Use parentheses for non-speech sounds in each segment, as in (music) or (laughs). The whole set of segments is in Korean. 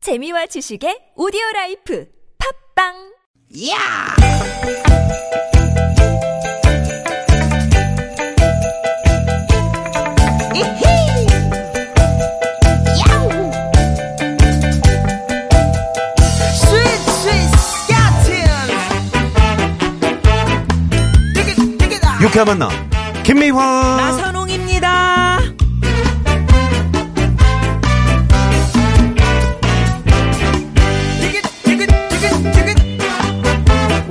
재미와 지식의 오디오 라이프 팝빵 야! 이히! 야우! 스윗 스윗 스카틴! 디귿 디귿아! 유쾌한 만남 김미화 나선홍입니다.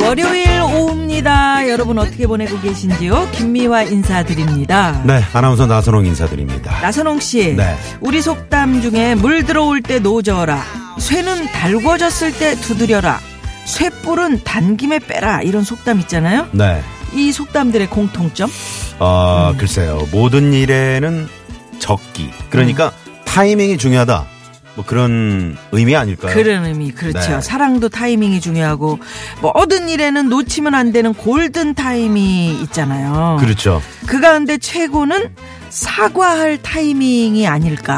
월요일 오후입니다. 여러분 어떻게 보내고 계신지요? 김미화 인사드립니다. 네 아나운서 나선홍 인사드립니다 나선홍 씨, 네. 우리 속담 중에 물 들어올 때 노져라, 쇠는 달궈졌을 때 두드려라, 쇠뿔은 단김에 빼라 이런 속담 있잖아요. 네 이 속담들의 공통점? 어, 음. 글쎄요 모든 일에는 적기 그러니까 음. 타이밍이 중요하다 뭐 그런 의미 아닐까요 그런 의미 그렇죠. 네. 사랑도 타이밍이 중요하고 모든 일에는 놓치면 안 되는 골든 타임이 있잖아요. 그렇죠 그 가운데 최고는 사과할 타이밍이 아닐까.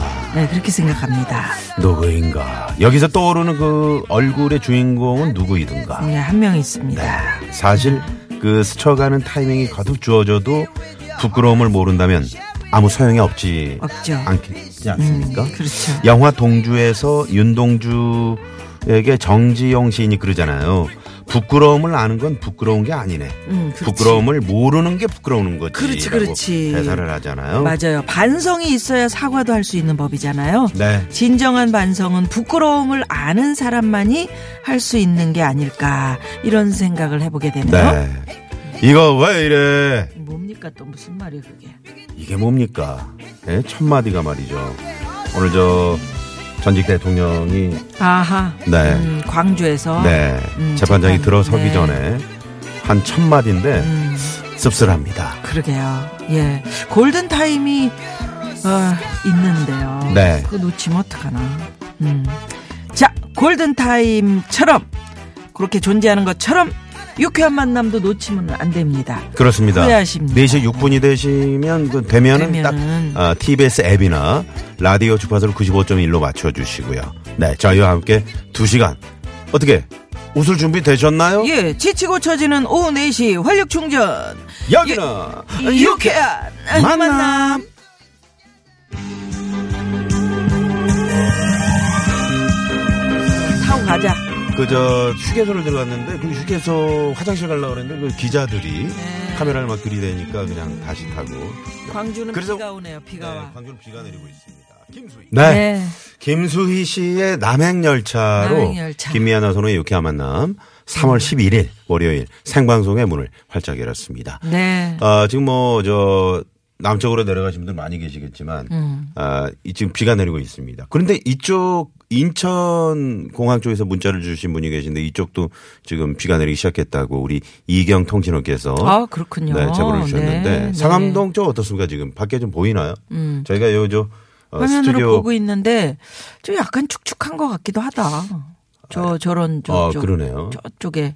아. 네, 그렇게 생각합니다. 누구인가 여기서 떠오르는 그 얼굴의 주인공은 누구이든가 네, 한 명 있습니다. 네 사실 그 스쳐가는 타이밍이 거듭 주어져도 부끄러움을 모른다면 아무 소용이 없지 없죠. 않겠지 않습니까 그렇죠. 영화 동주에서 윤동주에게 정지영 시인이 그러잖아요. 부끄러움을 아는 건 부끄러운 게 아니네. 음, 그렇지. 부끄러움을 모르는 게 부끄러운 거지. 그렇지, 그렇지. 대사를 하잖아요. 맞아요. 반성이 있어야 사과도 할 수 있는 법이잖아요. 네. 진정한 반성은 부끄러움을 아는 사람만이 할 수 있는 게 아닐까 이런 생각을 해보게 되네요. 네. 이거 왜 이래? 뭡니까 또 무슨 말이 그게? 이게 뭡니까? 예, 첫 마디가 말이죠. 오늘 저 전직 대통령이 아하. 네. 음, 광주에서 네 음, 재판장이 재판, 들어서기 네. 전에 한 첫 마디인데 음. 씁쓸합니다. 그러게요. 예. 골든 타임이 어, 있는데요. 네. 그거 놓치면 어떡하나. 음. 자, 골든 타임처럼 그렇게 존재하는 것처럼 유쾌한 만남도 놓치면 안 됩니다. 그렇습니다. 후회하십니다. 4시 6분이 되시면 그 되면은, 되면은. 딱 아, TBS 앱이나 라디오 주파수를 95.1로 맞춰 주시고요. 네, 저희와 함께 2시간 어떻게 웃을 준비 되셨나요? 예, 지치고 처지는 오후 4시 활력 충전. 여기는 예. 유쾌한 만남. 만남. 타고 가자. 그저 휴게소를 들어갔는데 그 휴게소 화장실 가려고 그랬는데 그 기자들이 네. 카메라를 막 들이대니까 그냥 다시 타고 광주는 그래서- 비가 오네요. 비가 네, 와. 광주는 비가 내리고 있습니다. 김수희. 네. 네. 김수희 씨의 남행열차로 남행열차. 네. 김미아나 선우의 유쾌한 만남 3월 11일 월요일 생방송의 문을 활짝 열었습니다. 네. 아, 지금 뭐 저 남쪽으로 내려가신 분들 많이 계시겠지만 음. 아, 이 지금 비가 내리고 있습니다. 그런데 이쪽 인천 공항 쪽에서 문자를 주신 분이 계신데 이쪽도 지금 비가 내리기 시작했다고 우리 이경 통신원께서 아, 그렇군요. 네, 제보를 주셨는데 네, 네. 상암동 쪽 어떻습니까 지금 밖에 좀 보이나요? 저희가 요저 어, 화면으로 스튜디오 보고 있는데 좀 약간 축축한 것 같기도 하다. 저 저런 저, 아, 저 그러네요. 저쪽에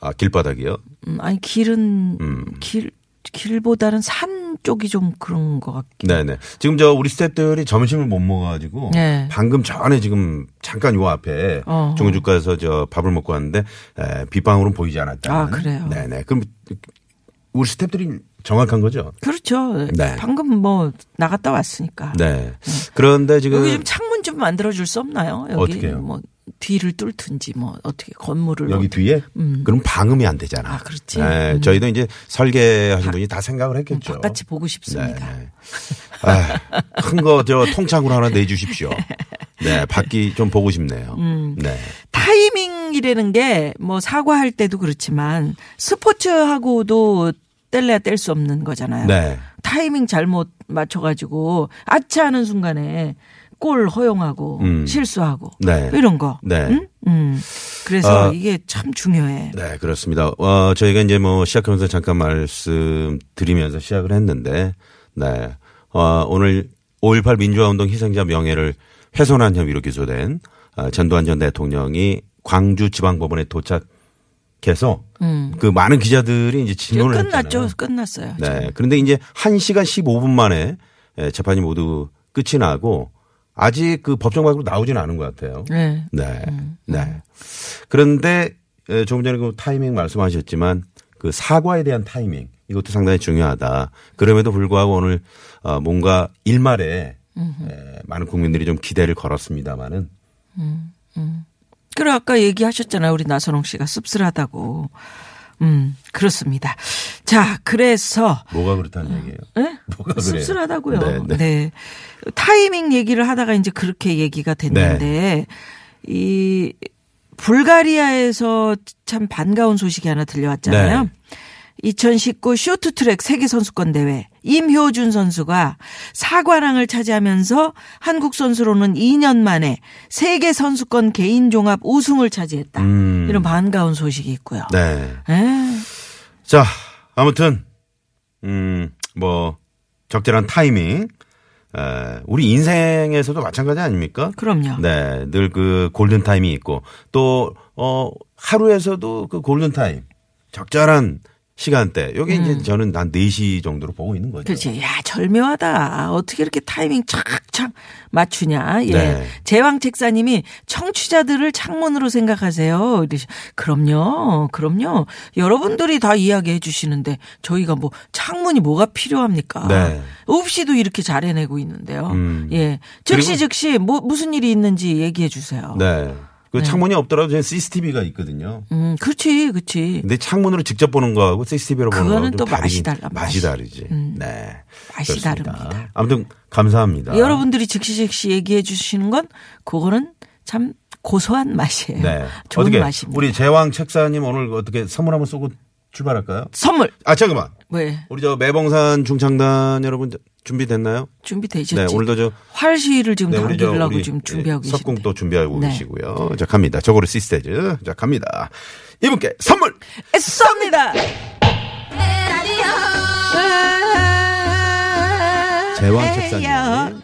아 길바닥이요. 음, 아니 길은 음. 길 길보다는 산 쪽이 좀 그런 것 같긴. 네네. 지금 저 우리 스태프들이 점심을 못 먹어가지고 네. 방금 전에 지금 잠깐 요 앞에 어허. 중국집가서 저 밥을 먹고 왔는데 에, 빗방울은 보이지 않았다. 아, 그래요? 네네. 그럼 우리 스태프들이 정확한 거죠? 그렇죠. 네. 방금 뭐 나갔다 왔으니까. 네. 그런데 여기 지금 좀 창문 좀 만들어 줄 수 없나요? 여기 어떻게요? 뭐 뒤를 뚫든지 뭐 어떻게 건물을 뭐 여기 어떻게- 뒤에 그럼 방음이 안 되잖아. 아, 그렇지. 네, 음. 저희도 이제 설계하신 분이 다 생각을 했겠죠. 네. 바깥이 보고 싶습니다. 아, 큰거 저 통창으로 하나 내주십시오. 네, 밖이 좀 보고 싶네요. 음. 네. 타이밍이라는 게 뭐 사과할 때도 그렇지만 스포츠하고도 뗄래야 뗄 수 없는 거잖아요. 네. 타이밍 잘못 맞춰가지고 아차 하는 순간에 골 허용하고 음. 실수하고 네. 이런 거. 네. 응? 음. 그래서 아. 이게 참 중요해. 네, 그렇습니다. 어, 저희가 이제 뭐 시작하면서 잠깐 말씀드리면서 시작을 했는데, 네. 어, 오늘 5.18 민주화운동 희생자 명예를 훼손한 혐의로 기소된 어, 전두환 전 대통령이 광주지방법원에 도착해서 그 많은 기자들이 이제 음. 이제 진원을 끝났죠. 했잖아요. 끝났어요. 네. 그런데 이제 1시간 15분 만에 예, 재판이 모두 끝이 나고 아직 그 법정 밖으로 나오진 않은 것 같아요. 네. 네. 네. 그런데 예, 조금 전에 그 타이밍 말씀하셨지만 그 사과에 대한 타이밍 이것도 상당히 중요하다. 그럼에도 불구하고 오늘 어, 뭔가 일말에 예, 많은 국민들이 좀 기대를 걸었습니다마는 그래 아까 얘기하셨잖아요. 우리 나선홍 씨가 씁쓸하다고. 음, 그렇습니다. 자, 그래서 뭐가 그렇다는 얘기예요. 예? (laughs) 뭐가 그래요? 씁쓸하다고요. 네, 네, 네. 타이밍 얘기를 하다가 이제 그렇게 얘기가 네. 됐는데 이 불가리아에서 참 반가운 소식이 하나 들려왔잖아요. 네. 2019 쇼트트랙 세계 선수권 대회 임효준 선수가 4관왕을 차지하면서 한국 선수로는 2년 만에 세계 선수권 개인 종합 우승을 차지했다. 음. 이런 반가운 소식이 있고요. 네. 예. 자, 아무튼, 음, 뭐, 적절한 타이밍. 에, 우리 인생에서도 마찬가지 아닙니까? 그럼요. 네. 늘 그 골든타임이 있고 또, 어, 하루에서도 그 골든타임. 적절한 시간대. 요게 이제 저는 한 4시 정도로 보고 있는 거죠. 음. 그렇지. 야, 절묘하다. 어떻게 이렇게 타이밍 착착 맞추냐. 예. 네. 제왕 책사님이 청취자들을 창문으로 생각하세요. 이러시- 그럼요. 그럼요. 여러분들이 다 이야기해 주시는데 저희가 뭐 창문이 뭐가 필요합니까? 네. 없이도 이렇게 잘 해내고 있는데요. 음. 예. 즉시 즉시 뭐 무슨 일이 있는지 얘기해 주세요. 네. 그 창문이 없더라도 저는 CCTV가 있거든요. 음, 그렇지. 그렇지. 근데 창문으로 직접 보는 거하고 CCTV로 보는 그거는 거하고 또 좀 다르긴- 맛이 달라, 맛이 맛이. 음. 다르지. 네. 맛이 그렇습니다. 다릅니다. 아무튼 감사합니다. 여러분들이 즉시 즉시 얘기해 주시는 건 그거는 참 고소한 맛이에요. 네. 좋은 어떻게 맛입니다. 우리 제왕 책사님 오늘 어떻게 선물 한번 쏘고 출발할까요? 선물 아 잠깐만. 왜 우리 저 매봉산 중창단 여러분 저- 준비됐나요? 준비되셨지? 네, 오늘도 저 활시를 지금 네, 우리 저 당기려고 우리 예, 지금 준비하고 계신데. 석궁도 준비하고 네. 계시고요. 자 갑니다. 저고로 시스테즈. 자 갑니다. 이분께 선물. 쏩니다. 제왕 에이요. 책사님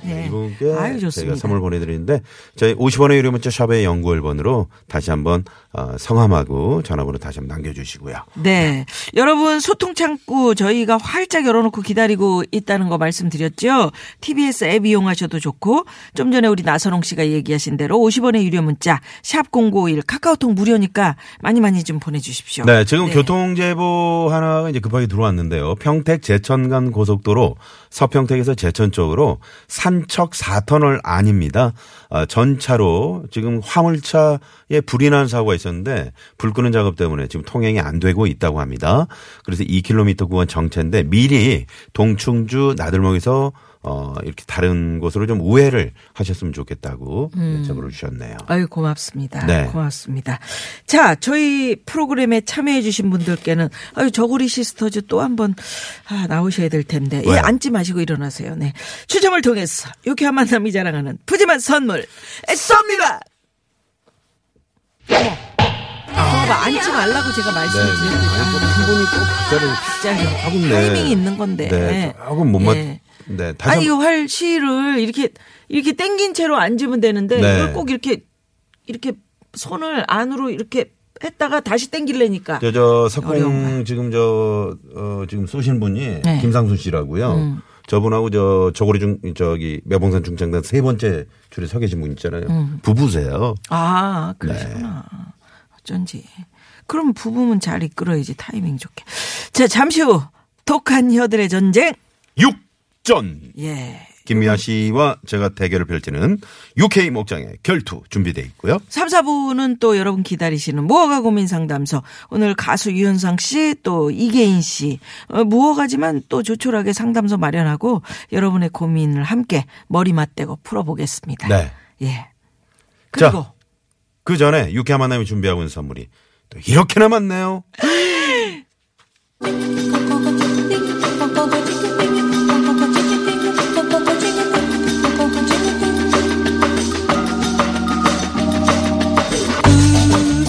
네. 이분께 아유, 저희가 좋습니다. 선물 보내드리는데 저희 50원의 유료 문자 샵의 연구 1번으로 다시 한번 어, 성함하고 전화번호 다시 한번 남겨주시고요. 네. 여러분, 소통 창구 저희가 활짝 열어놓고 기다리고 있다는 거 말씀드렸죠? TBS 앱 이용하셔도 좋고, 좀 전에 우리 나선홍 씨가 얘기하신 대로 50원의 유료 문자, 샵0951, 카카오톡 무료니까 많이 많이 좀 보내주십시오. 네, 지금 교통제보 하나가 이제 급하게 들어왔는데요. 평택 제천 간 고속도로 서평택에서 제천 쪽으로 산척 4터널 안입니다. 아, 전차로 지금 화물차에 불이 난 사고가 있었는데 불 끄는 작업 때문에 지금 통행이 안 되고 있다고 합니다. 그래서 2km 구간 정체인데 미리 동충주 나들목에서 어, 이렇게 다른 곳으로 좀 우회를 하셨으면 좋겠다고 여쭤보러 주셨네요. 아유 고맙습니다. 네. 고맙습니다. 자, 저희 프로그램에 참여해 주신 분들께는 아유 저고리 시스터즈 또 한번 아, 나오셔야 될 텐데. 예, 왜요? 앉지 마시고 일어나세요. 네. 추첨을 통해서 유쾌한 만남이 자랑하는 푸짐한 선물 쏩니다. 어머. 어머, 앉지 말라고 제가 네, 말씀드렸는데 한 분이 뭐 또 박자를 진짜 하고 있네. 아, 타이밍이 있는 건데. 네, 조금 못 맞. 예. 네, 다시 한 아니 이거 활 시를 이렇게 이렇게 당긴 채로 앉으면 되는데 네. 이걸 꼭 이렇게 이렇게 손을 안으로 이렇게 했다가 다시 당기려니까 저, 저, 석공 어려운가요? 지금 저, 어, 지금 쏘신 분이 네. 음. 김상순 씨라고요. 저분하고 저, 저고리 중, 저기, 매봉산 중창단 세 번째 줄에 서 계신 분 있잖아요. 음. 부부세요. 아 네. 그러시구나 어쩐지 그럼 부부면 잘 이끌어야지 타이밍 좋게 자 잠시 후 독한 혀들의 전쟁 육전! 예 김미아 씨와 제가 대결을 펼치는 UK 목장의 결투 준비돼 있고요. 3, 4부는 또 여러분 기다리시는 무허가 고민 상담소. 오늘 가수 유현상 씨, 또 이계인 씨. 어, 무허가지만 또 조촐하게 상담소 마련하고 여러분의 고민을 함께 머리 맞대고 풀어보겠습니다. 네. 예. 그리고 자. 그 전에 유쾌한 만남이 준비하고 있는 선물이 또 이렇게나 많네요.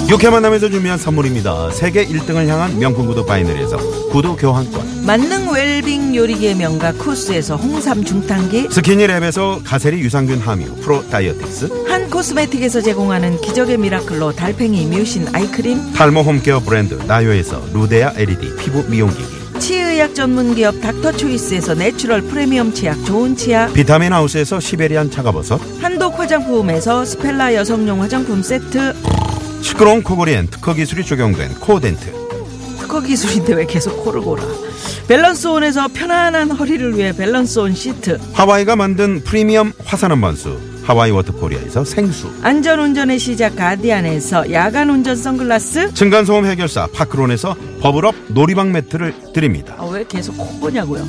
유쾌한 만남에서 준비한 선물입니다. 세계 1등을 향한 명품 구두 바이너리에서 구두 교환권. 만능 웰빙 요리기의 명가 코스에서 홍삼 중탕기 스키니랩에서 가세리 유산균 함유 프로 다이어틱스 한 코스메틱에서 제공하는 기적의 미라클로 달팽이 뮤신 아이크림 탈모 홈케어 브랜드 나요에서 루데아 LED 피부 미용기기 치의학 전문 기업 닥터초이스에서 내추럴 프리미엄 치약 좋은 치약 비타민 하우스에서 시베리안 차가버섯, 한독 화장품에서 스펠라 여성용 화장품 세트 시끄러운 코골이엔 특허 기술이 적용된 코덴트, 특허 그 기술인데 왜 계속 코를 골아 밸런스온에서 편안한 허리를 위해 밸런스온 시트 하와이가 만든 프리미엄 화산암 반수, 하와이 워터코리아에서 생수, 안전운전의 시작 가디안에서 야간운전 선글라스 층간소음 해결사 파크론에서 버블업 놀이방 매트를 드립니다. 아, 왜 계속 코 거냐고요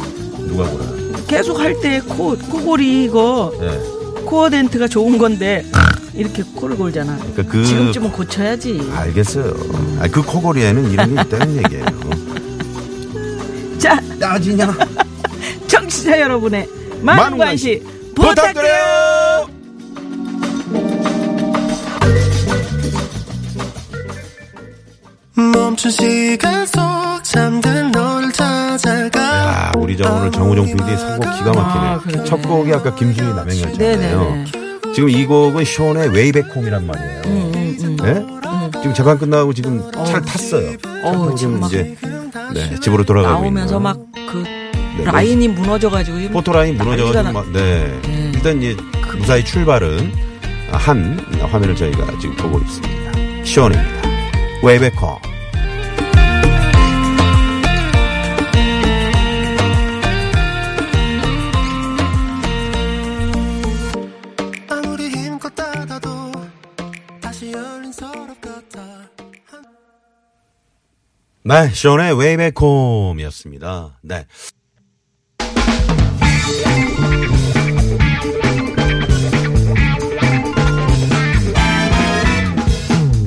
누가 보라? 계속 할 때 코 코골이 이거 예. 코어 덴트가 좋은 건데 이렇게 코를 골잖아 그러니까 그 지금쯤은 고쳐야지 알겠어요. 아, 그 코골이에는 이런 게 있다는 얘기예요. 자 나 진짜 (laughs) 청취자 여러분의 많은 많은 관심 부탁드려요. 부탁드려요. 멈춘 시간 속 잠든 너를 찾아가 아, 우리 저 오늘 정우정 PD 선곡 기가 아, 막히네. 그러네. 요첫 곡이 아까 김준희 네네네. 네. 음, 남행이었잖아요. 지금 이 곡은 쇼의 웨이백홈이란 말이에요. 네? 지금 재판 끝나고 지금 차를 탔어요. 차 어우, 타고 지금 지금 막 이제 네, 집으로 돌아가고 나오면서 있는. 막 그 라인이 무너져가지고 지금 포토라인 무너져가지고 난리가 막, 네. 일단 이제 무사히 출발은 한 화면을 저희가 지금 보고 있습니다. 시원입니다. 웨이백홈. 아무리 힘껏 닫아도 다시 열린 서랍 같아 네, 시원의 웨이백홈이었습니다. 네.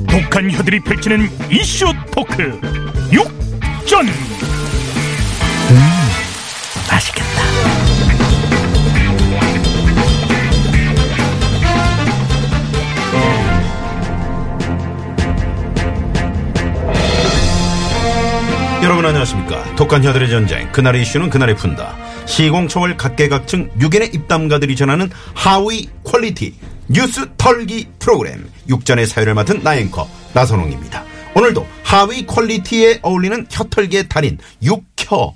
독한 혀들이 펼치는 이슈 토크 육전 맛있겠다 여러분 안녕하십니까. 독한 혀들의 전쟁. 그날의 이슈는 그날에 푼다. 시공초월 각계각층 6인의 입담가들이 전하는 하위 퀄리티 뉴스 털기 프로그램. 육전의 사회를 맡은 나앵커 나선홍입니다. 오늘도 하위 퀄리티에 어울리는 혀털기의 달인 육혀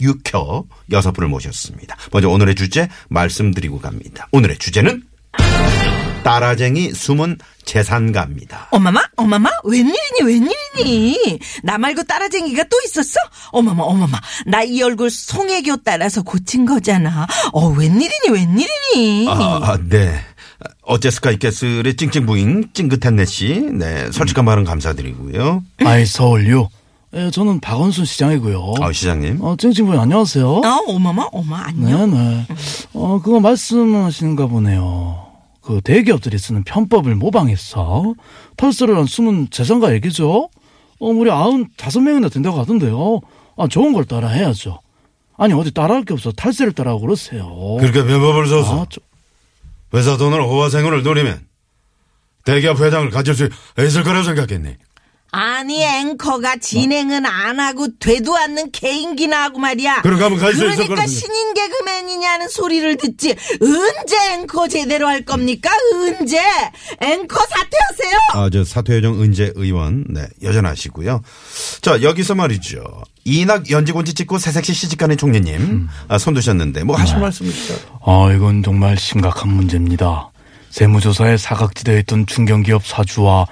육혀 여섯 분을 모셨습니다. 먼저 오늘의 주제 말씀드리고 갑니다. 오늘의 주제는 따라쟁이 숨은 재산가입니다. 엄마마 엄마마 웬일이니 웬일이니 나 말고 따라쟁이가 또 있었어 어마마 어마마 나 이 얼굴 송혜교 따라서 고친 거잖아 어 웬일이니 웬일이니 아, 음. 아, 네. 어째 스카이캐슬의 찡찡 부인 찡긋한 내씨, 네 솔직한 말은 감사드리고요. 아이 서울요. 예, 저는 박원순 시장이고요. 아 시장님, 어, 쨍친분 안녕하세요. 아 어마마 어마 안녕 네네. 어, 그거 말씀하시는가 보네요. 그 대기업들이 쓰는 편법을 모방해서 털스를 한 숨은 재산가 얘기죠. 어, 무려 아흔 다섯 명이나 된다고 하던데요. 아, 좋은 걸 따라 해야죠. 아니 어디 따라할 게 없어 탈세를 따라하고 그러세요. 그렇게 변법을 써서 아, 저- 회사 돈을 호화생활을 노리면 대기업 회장을 가질 수 있을 거라고 생각했니? 아니 앵커가 진행은 안 하고 되도 않는 개인기나 하고 말이야. 그러니까 한번 갈수 있을 그러니까 거라고 신인 개그맨이냐는 소리를 듣지. 언제 앵커 제대로 할 겁니까? 언제 앵커 사퇴하세요. 아, 저 사퇴여정 은재 의원, 네, 여전하시고요. 자, 여기서 말이죠. 이낙 연지곤지 찍고 새색시 시집가는 총리님, 음. 아, 손 드셨는데, 뭐 네. 하실 말씀 있어요? 아, 이건 정말 심각한 문제입니다. 세무조사에 사각지대에 있던 중견기업 사주와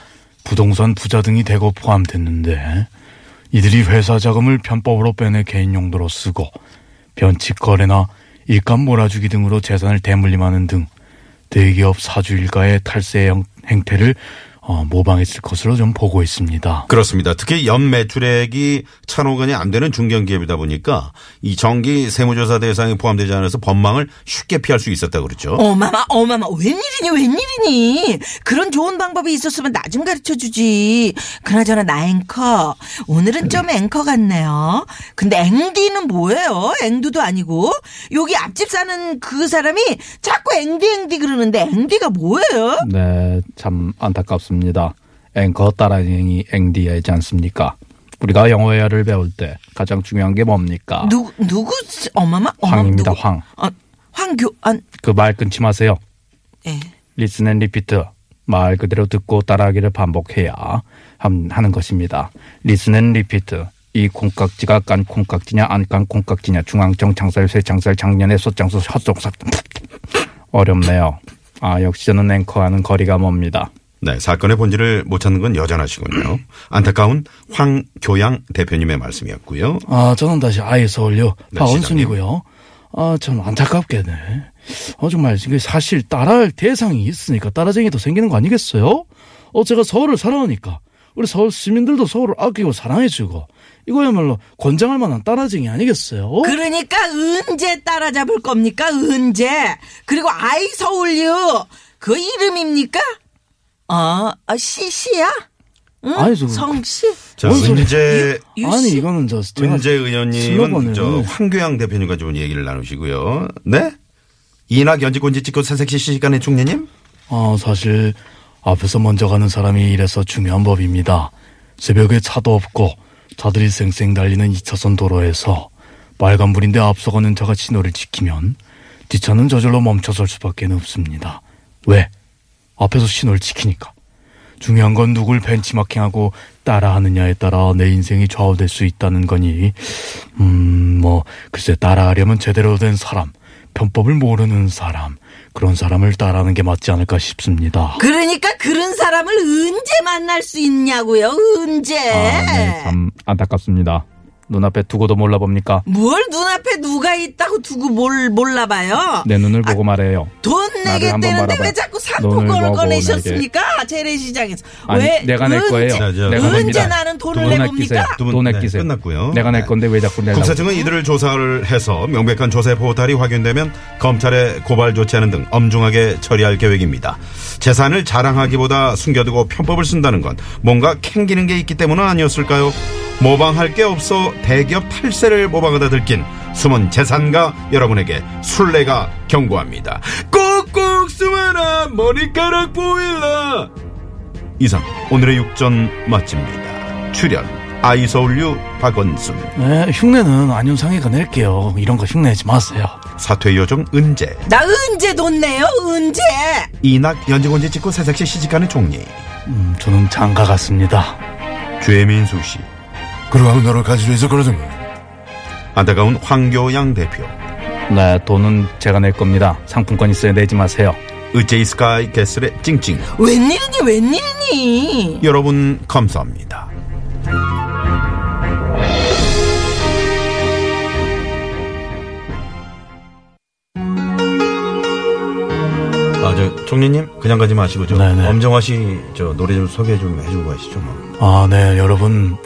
부동산 부자 등이 대거 포함됐는데 이들이 회사 자금을 편법으로 빼내 개인 용도로 쓰고 변칙 거래나 일감 몰아주기 등으로 재산을 대물림하는 등 대기업 사주 일가의 탈세 형- 행태를 어, 모방했을 것으로 좀 보고 있습니다. 그렇습니다. 특히 연 매출액이 천억 원이 안 되는 중견기업이다 보니까 이 정기 세무조사 대상에 포함되지 않아서 법망을 쉽게 피할 수 있었다고 그랬죠. 어마마 어마마 웬일이니 웬일이니 그런 좋은 방법이 있었으면 나 좀 가르쳐 주지 그나저나 나 앵커 음. 오늘은 좀 앵커 같네요 근데 앵디는 뭐예요 앵두도 아니고 여기 앞집 사는 그 사람이 자꾸 앵디 앵디 그러는데 앵디가 뭐예요 네, 참 안타깝습니다. 앵커 따라행이 앵디야이지 않습니까? 우리가 영어회화를 배울 때 가장 중요한 게 뭡니까? 누구 누구 어마마 어마마 아. 황입니다, 누구? 황. 어, 황교안 그 말 끊지 마세요. 예. 리슨 앤 리피트. 말 그대로 듣고 따라하기를 반복해야 함- 하는 것입니다. 리슨 앤 리피트. 이 콩깍지가 깐 콩깍지냐 안 깐 콩깍지냐 중앙청 창살 쇠창살 작년에 소장수 헛속삭 (laughs) 어렵네요. 아 역시 저는 앵커와는 거리가 멉니다. 네, 사건의 본질을 못 찾는 건 여전하시군요. (clears throat) 안타까운 황교양 대표님의 말씀이었고요. 아, 저는 다시 아예 서울요. 네, 박원순이고요. 아, 참 안타깝게, 네. 어, 정말, 이게 사실 따라할 대상이 있으니까 따라쟁이도 생기는 거 아니겠어요? 어, 제가 서울을 사랑하니까. 우리 서울 시민들도 서울을 아끼고 사랑해주고. 이거야말로 권장할 만한 따라쟁이 아니겠어요? 그러니까 은제 따라잡을 겁니까? 은제. 그리고 아이 서울유. 그 이름입니까? 아, 아 씨씨야? 응? 아니, 저- 성씨? 자, 뭔 소리야? 문제 유 아니, 씨? 이거는 저, 제가 음. 문제 의원님은 지난번에 저 황교양 대표님과 좀 얘기를 나누시고요. 네? 이낙 연지곤지 찍고 새색시 시간의 중년님? 아, 사실 앞에서 먼저 가는 사람이 이래서 중요한 법입니다. 새벽에 차도 없고 차들이 쌩쌩 달리는 2차선 도로에서 빨간불인데 앞서가는 차가 신호를 지키면 뒷차는 저절로 멈춰설 수밖에 없습니다. 왜? 앞에서 신호를 지키니까. 중요한 건 누굴 벤치마킹하고 따라하느냐에 따라 내 인생이 좌우될 수 있다는 거니 음, 뭐, 글쎄, 따라하려면 제대로 된 사람, 편법을 모르는 사람, 그런 사람을 따라하는 게 맞지 않을까 싶습니다. 그러니까 그런 사람을 은제 만날 수 있냐고요? 은제. 아, 네, 참 안타깝습니다. 눈앞에 두고도 몰라 봅니까? 뭘 눈앞에 누가 있다고 두고 뭘 몰라봐요? 내 눈을 보고 말해요. 돈 네. 한번 내겠다는데 바라봐. 왜 자꾸 돈을 상품권을 먹어, 꺼내셨습니까? 재래시장에서. 아니, 왜 내가 낼 은제- 거예요. 자, 저- 내가 언제 냅니다. 나는 돈을 돈 내봅니까? 아끼세요. 두분 돈 네, 아끼세요. 끝났고요. 내가 낼 네. 건데 왜 자꾸 내려고? 검사청은 이들을 조사를 해서 명백한 조세 포탈이 확인되면 검찰에 고발 조치하는 등 엄중하게 처리할 계획입니다. 재산을 자랑하기보다 숨겨두고 편법을 쓴다는 건 뭔가 캥기는 게 있기 때문은 아니었을까요? 모방할 게 없어 대기업 탈세를 모방하다 들킨 숨은 재산가 여러분에게 술래가 경고합니다. 꼭꼭 숨어라 머리카락 보일라. 이상 오늘의 육전 맛집입니다. 출연 아이서울유 박원순. 네, 흉내는 안윤상이가 낼게요. 이런 거 흉내내지 마세요. 사퇴 요정 은재 나 은제 돈 내요? 은제. 이낙 연지곤지 찍고 새색시 시집가는 총리 음, 저는 장가 갔습니다. 죄민수 씨 그러고 너를 가지려 해서 그러던 안타까운 황교양 대표 네, 돈은 제가 낼 겁니다. 상품권 있어야 내지 마세요. 의제이 스카이 게슬의 찡찡 웬일이니 웬일이니? 여러분 감사합니다. 아 저 총리님 그냥 가지 마시고 저 네네. 엄정화 씨 저 노래 좀 소개 좀 해주고 가시죠. 뭐. 아, 네, 여러분.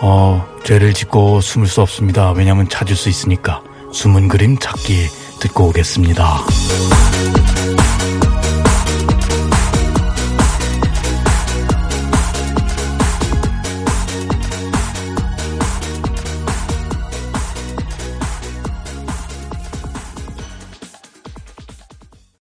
어, 죄를 짓고 숨을 수 없습니다. 왜냐면 찾을 수 있으니까. 숨은 그림 찾기 듣고 오겠습니다.